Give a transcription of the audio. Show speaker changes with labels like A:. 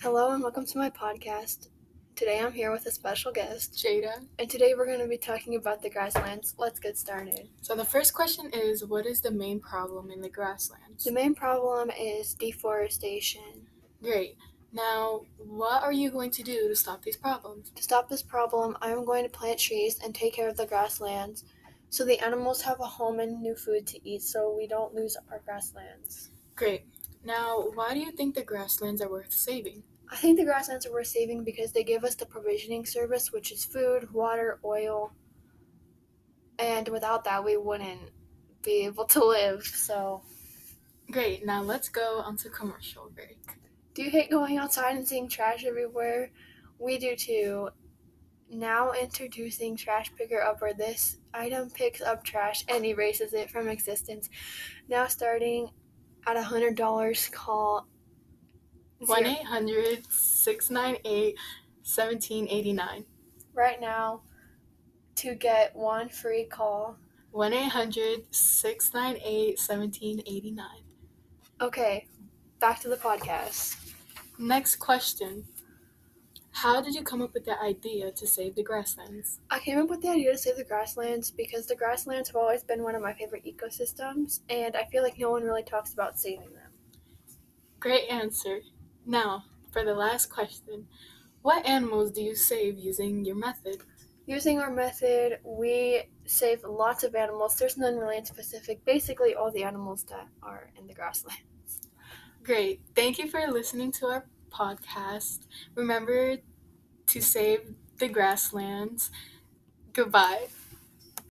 A: Hello and welcome to my podcast. Today I'm here with a special guest,
B: Jada.
A: and today we're going to be talking about the grasslands. Let's get started.
B: So the first question is what is the main problem in the grasslands?
A: The main problem is deforestation.
B: Great. Now, what are you going to do to stop these problems?
A: To stop this problem, I am going to plant trees and take care of the grasslands so the animals have a home and new food to eat so we don't lose our grasslands.
B: Great. Now, why do you think the grasslands are worth saving?
A: I think the grasslands are worth saving because they give us the provisioning service, which is food, water, oil, and without that, we wouldn't be able to live. So,
B: Great. Now let's go on to commercial break.
A: do you hate going outside and seeing trash everywhere? We do too. Now introducing Trash Picker Upper. This item picks up trash and erases it from existence. Now starting at $100, call
B: 1 800 698 1789.
A: right now to get one free call.
B: 1 800 698 1789.
A: Okay, back to the podcast.
B: Next question How did you come up with the idea to save the grasslands?
A: I came up with the idea to save the grasslands because the grasslands have always been one of my favorite ecosystems, and I feel like no one really talks about saving them.
B: Great answer. Now, for the last question. What animals do you save using your method?
A: Using our method, we save lots of animals. There's none really in specific, basically, all the animals that are in the grassland.
B: Great. Thank you for listening to our podcast. Remember to save the grasslands. Goodbye.